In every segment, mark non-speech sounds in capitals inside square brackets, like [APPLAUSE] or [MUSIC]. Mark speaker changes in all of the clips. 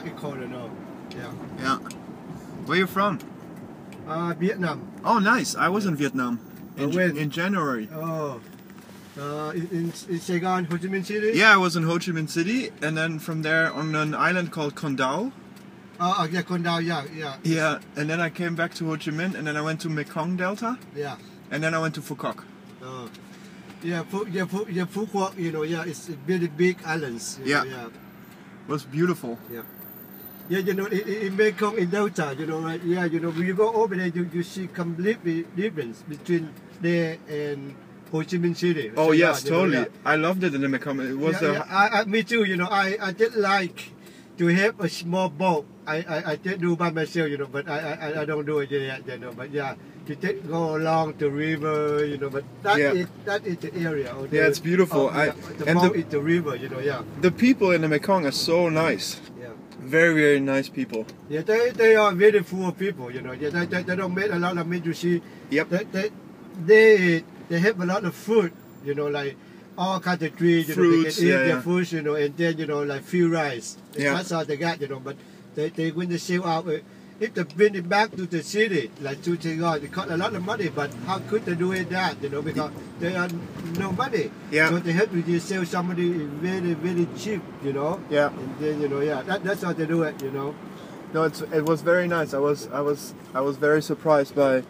Speaker 1: Dakota, no. Yeah.
Speaker 2: Yeah. Where you from?
Speaker 1: Uh, Vietnam.
Speaker 2: Oh, nice. I was in Vietnam in,
Speaker 1: Uh, when?
Speaker 2: in January.
Speaker 1: Oh. Uh, in, in, in Saigon, Ho Chi Minh City?
Speaker 2: Yeah, I was in Ho Chi Minh City, and then from there on an island called Con Đao.
Speaker 1: Uh, uh, yeah, Con Đao, yeah, yeah,
Speaker 2: Yeah, and then I came back to Ho Chi Minh, and then I went to Mekong Delta,
Speaker 1: yeah.
Speaker 2: and then I went to Phu Quoc.
Speaker 1: Uh, yeah, Phu, yeah, Phu, yeah, Phu Quoc, you know, yeah, it's really big islands. you know,
Speaker 2: Yeah.
Speaker 1: yeah.
Speaker 2: It was beautiful.
Speaker 1: Yeah. Yeah, you know, in, in Mekong, in Delta, you know, right? Yeah, you know, when you go over there, you, you see completely difference between there and Ho Chi Minh City.
Speaker 2: Oh
Speaker 1: Saigon,
Speaker 2: yes,
Speaker 1: you know,
Speaker 2: totally.
Speaker 1: yeah.
Speaker 2: I loved it in the Mekong. It was uh,
Speaker 1: yeah,
Speaker 2: a
Speaker 1: yeah, I, I, me too. You know, I, I did like to have a small boat. I, I, I did do by myself. You know, but I, I- I, I don't do it yet. You know, but yeah, you did go along the river. You know, but that
Speaker 2: Yeah.
Speaker 1: is- that is the area. Of the,
Speaker 2: Yeah, it's beautiful.
Speaker 1: of
Speaker 2: I-
Speaker 1: the,
Speaker 2: and
Speaker 1: and
Speaker 2: the-
Speaker 1: the, is the river. You know, yeah,
Speaker 2: the people in the Mekong are so nice.
Speaker 1: yeah.
Speaker 2: Very very nice people.
Speaker 1: Yeah, they, they are very full people, you know. Yeah, they, they, they don't make a lot of meat. You see,
Speaker 2: Yep.
Speaker 1: they, they, they, they have a lot of food, you know, like all kind of tree, you know, they
Speaker 2: Fruits,
Speaker 1: can eat
Speaker 2: yeah,
Speaker 1: their
Speaker 2: yeah.
Speaker 1: food, you know, and then, you know, like few rice.
Speaker 2: Yeah.
Speaker 1: That's all they got, you know, but they, they when they sell out, uh, if they bring it back to the city, like to Saigon, it cost a lot of money, but how could they do it that, you know, because they are no money.
Speaker 2: Yeah.
Speaker 1: So they have to just sell somebody very, very cheap, you know.
Speaker 2: Yeah.
Speaker 1: And then, you know, yeah, that, that's how they do it, you know.
Speaker 2: No, it's, it was very nice. I was I was I was very surprised by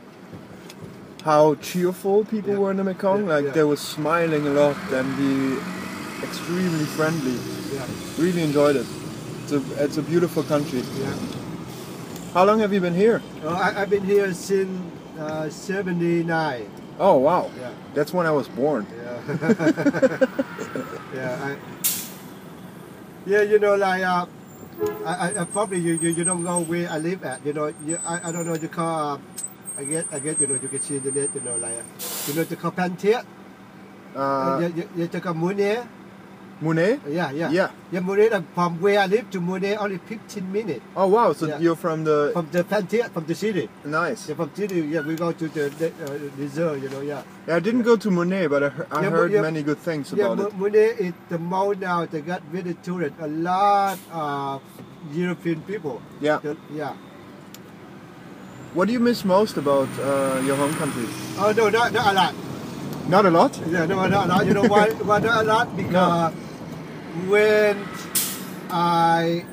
Speaker 2: how cheerful people
Speaker 1: Yeah.
Speaker 2: were in the Mekong.
Speaker 1: Yeah,
Speaker 2: like
Speaker 1: yeah.
Speaker 2: they were smiling a lot and the extremely friendly.
Speaker 1: Yeah.
Speaker 2: Really enjoyed it. It's a, it's a beautiful country.
Speaker 1: Yeah.
Speaker 2: How long have you been here?
Speaker 1: Oh, I, I've been here since uh, 79.
Speaker 2: Oh wow,
Speaker 1: Yeah.
Speaker 2: that's when I was born.
Speaker 1: Yeah. [LAUGHS] yeah. I, yeah, you know, like, uh, I, I, I probably you, you, you don't know where I live at. You know, you, I, I don't know, you call, uh, I get, I get, you know, you can see the net, you know, like, uh, you know, the call Pantia, uh,
Speaker 2: Uh,
Speaker 1: you, you, you call Mune.
Speaker 2: Mune?
Speaker 1: Yeah, yeah.
Speaker 2: Yeah.
Speaker 1: Yeah, Mune, uh, from where I live to Mune, only 15 minutes.
Speaker 2: Oh wow, so
Speaker 1: Yeah.
Speaker 2: you're from the
Speaker 1: From the Pantia, from the city.
Speaker 2: nice.
Speaker 1: Yeah, from city, yeah, we go to the, the uh, reserve, you know, yeah.
Speaker 2: Yeah, I didn't go to Monet, but I, he- I
Speaker 1: Yeah, but
Speaker 2: heard
Speaker 1: yeah-
Speaker 2: many good things
Speaker 1: Yeah,
Speaker 2: about
Speaker 1: Mu-
Speaker 2: it.
Speaker 1: Munich is the mall now. They got really tourists. A lot of European people.
Speaker 2: Yeah.
Speaker 1: The- Yeah.
Speaker 2: What do you miss most about uh, your home country?
Speaker 1: Oh no, not, not a lot.
Speaker 2: Not a lot.
Speaker 1: Yeah, no, not a lot. You know why?
Speaker 2: [LAUGHS]
Speaker 1: why not a lot? Because when I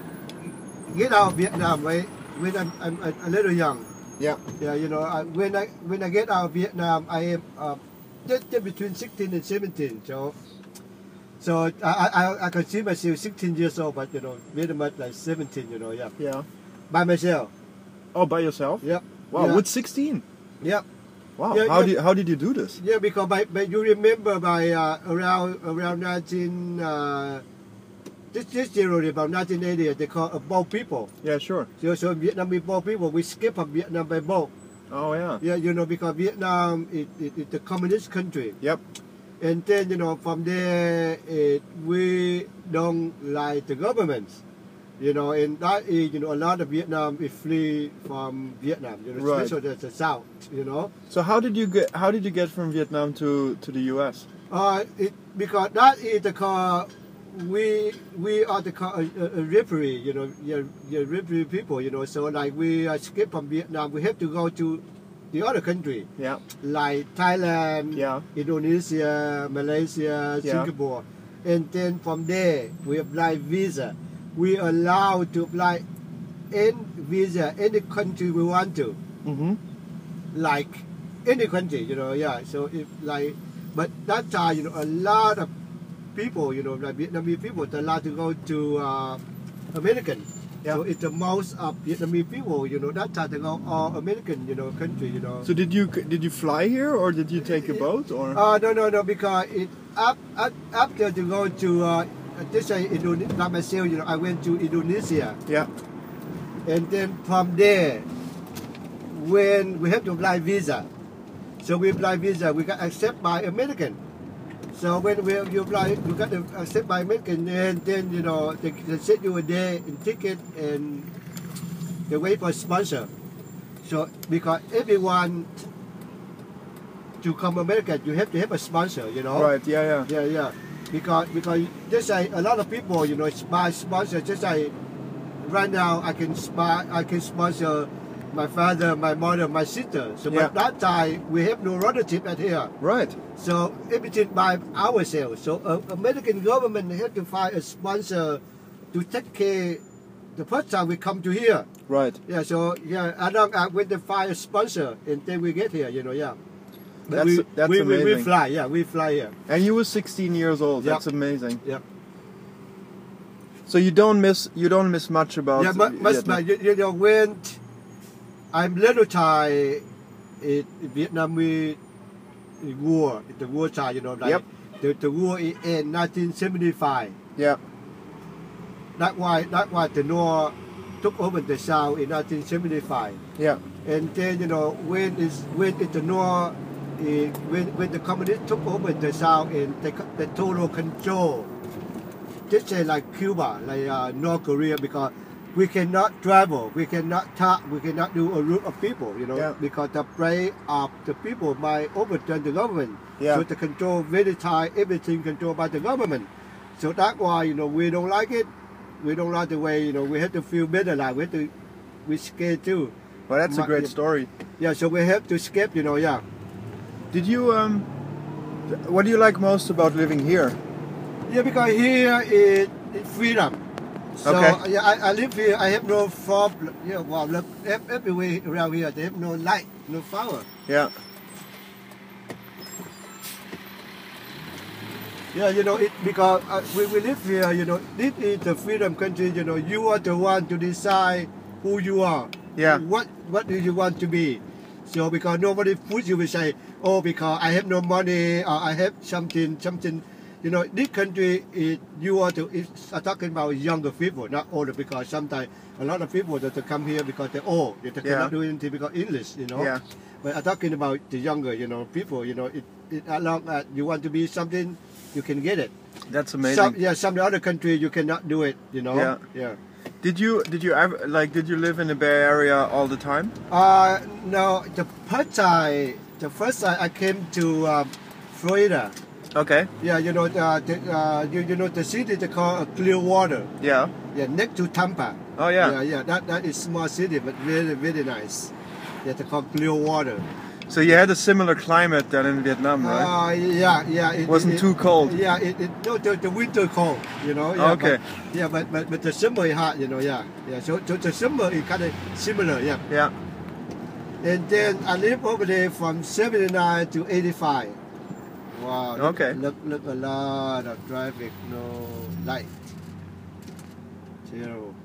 Speaker 1: get out of Vietnam, right? When I'm, I'm a- a little young.
Speaker 2: Yeah.
Speaker 1: Yeah, you know, I, when I when I get out of Vietnam, I am uh, just, just between 16 and 17. So, so I, I I- I consider myself 16 years old, but you know, very much like 17. You know, yeah,
Speaker 2: Yeah.
Speaker 1: by myself.
Speaker 2: Oh, by yourself?
Speaker 1: Yep.
Speaker 2: Wow,
Speaker 1: Yeah.
Speaker 2: with 16.
Speaker 1: Yep.
Speaker 2: Wow.
Speaker 1: Yeah,
Speaker 2: how
Speaker 1: yeah.
Speaker 2: do you, how did you do this?
Speaker 1: Yeah, because by, but you remember by uh, around around 19 uh, this this year already, about 1980, they call a boat people.
Speaker 2: Yeah, sure.
Speaker 1: So, so Vietnamese boat people, we skip from Vietnam by boat.
Speaker 2: Oh yeah.
Speaker 1: Yeah, you know, because Vietnam is it, it, a communist country.
Speaker 2: Yep.
Speaker 1: And then, you know, from there, it, we don't like the government. You know, and that is, you know, a lot of Vietnam is flee from Vietnam, you know,
Speaker 2: Right.
Speaker 1: especially the south, you know.
Speaker 2: So how did you get how did you get from Vietnam to to the U.S.?
Speaker 1: Uh, it, because that is the car, we we are the car, a, a referee, you know, yeah, yeah, referee people, you know, so like we escape from Vietnam, we have to go to the other country.
Speaker 2: Yeah.
Speaker 1: like Thailand,
Speaker 2: Yeah.
Speaker 1: Indonesia, Malaysia,
Speaker 2: Yeah.
Speaker 1: Singapore, and then from there we apply visa. We allow to apply any visa any country we want to,
Speaker 2: Mm-hmm.
Speaker 1: like any country, you know, yeah. So if like, but that time you know a lot of people, you know, like Vietnamese people, they allowed to go to uh, American.
Speaker 2: Yeah.
Speaker 1: So it's the most of Vietnamese people, you know, that time they go all American, you know, country, you know.
Speaker 2: So did you did you fly here or did you take a boat or?
Speaker 1: Uh, no, no, no, because it, up, up, after to go to, uh, this I Indonesia, not myself, you know, I went to Indonesia.
Speaker 2: Yeah.
Speaker 1: And then from there, when we have to apply visa, so we apply visa, we got accepted by American. So when we, you apply, you got accepted by American, and then, you know, they, they send you a day in ticket and they wait for sponsor. So because everyone to come American, you have to have a sponsor, you know.
Speaker 2: Oh. Right. Yeah. Yeah.
Speaker 1: Yeah, yeah. Because because just like a lot of people, you know, buy sponsor just like right now I can spy, I can sponsor my father, my mother, my sister. So
Speaker 2: Yeah.
Speaker 1: but that time we have no relative at here.
Speaker 2: Right.
Speaker 1: So everything by ourselves. So uh, American government had to find a sponsor to take care. The first time we come to here,
Speaker 2: Right.
Speaker 1: yeah. So yeah, I don't I went to find a sponsor, and then we get here. You know, yeah. But
Speaker 2: That's-
Speaker 1: we,
Speaker 2: that's
Speaker 1: we, we, we
Speaker 2: amazing.
Speaker 1: fly, yeah, we fly here.
Speaker 2: And you were 16 years old.
Speaker 1: Yeah.
Speaker 2: That's amazing.
Speaker 1: Yeah.
Speaker 2: So you don't miss you don't miss much about
Speaker 1: Yeah, but must
Speaker 2: Vietnam.
Speaker 1: you, you know when I'm little Thai, it Vietnam we it war the war time you know like
Speaker 2: Yep.
Speaker 1: the the war it end 1975.
Speaker 2: Yeah.
Speaker 1: That why that why the North took over the South in 1975.
Speaker 2: Yeah.
Speaker 1: And then you know when is when it the North. It, when, when the communists took over the South and they, co- they total control, just say like Cuba, like uh, North Korea, because we cannot travel, we cannot talk, we cannot do a route of people, you know,
Speaker 2: Yeah.
Speaker 1: because the prey of the people might overturn the government.
Speaker 2: Yeah.
Speaker 1: So the control very tight, everything controlled by the government. So that's why, you know, we don't like it. We don't like the way, you know, we have to feel better like we have to, we scared too.
Speaker 2: Well, that's a
Speaker 1: Ma-
Speaker 2: great
Speaker 1: yeah.
Speaker 2: story.
Speaker 1: Yeah, so we have to escape, you know, yeah.
Speaker 2: Did you um what do you like most about living here?
Speaker 1: Yeah, because here is, is freedom. So
Speaker 2: Okay.
Speaker 1: yeah, I, I live here. I have no problem. Yeah, well, look, ev- everywhere around here they have no light, no power.
Speaker 2: Yeah.
Speaker 1: Yeah, you know it because uh, we, we live here. You know, this is a freedom country. You know, you are the one to decide who you are.
Speaker 2: Yeah.
Speaker 1: What what do you want to be? So because nobody puts you will say, oh, because I have no money or I have something something. You know, this country is you are to. It's I'm talking about younger people, not older. Because sometimes a lot of people that they come here because they're old, they they
Speaker 2: Yeah.
Speaker 1: cannot do anything because English. You know.
Speaker 2: Yeah.
Speaker 1: But I'm talking about the younger, you know, people. You know, it, it as long as you want to be something, you can get it.
Speaker 2: That's
Speaker 1: Some, yeah, some other country you cannot do it. You know.
Speaker 2: Yeah.
Speaker 1: Yeah.
Speaker 2: Did you did you ever like did you live in the Bay Area all the time?
Speaker 1: Uh, no, the first time, the first time I came to um, Florida.
Speaker 2: Okay.
Speaker 1: Yeah, you know, uh, the, uh, you, you know the city they call uh, Clearwater.
Speaker 2: Yeah.
Speaker 1: Yeah, next to Tampa.
Speaker 2: Oh yeah.
Speaker 1: Yeah, yeah. That that is small city, but very very nice. Yeah, they call Clearwater.
Speaker 2: So you had a similar climate than in Vietnam, right?
Speaker 1: Uh, yeah, yeah. It
Speaker 2: Wasn't too cold.
Speaker 1: Yeah, it, it no the, the winter cold, you know. Yeah,
Speaker 2: Okay.
Speaker 1: But, yeah, but, but but the summer is hot, you know. Yeah, yeah. So, so the summer is kind of similar, yeah.
Speaker 2: yeah.
Speaker 1: And then I live over there from seventy nine to eighty five. Wow. look-
Speaker 2: Okay.
Speaker 1: Look look a lot of traffic, no light. Zero.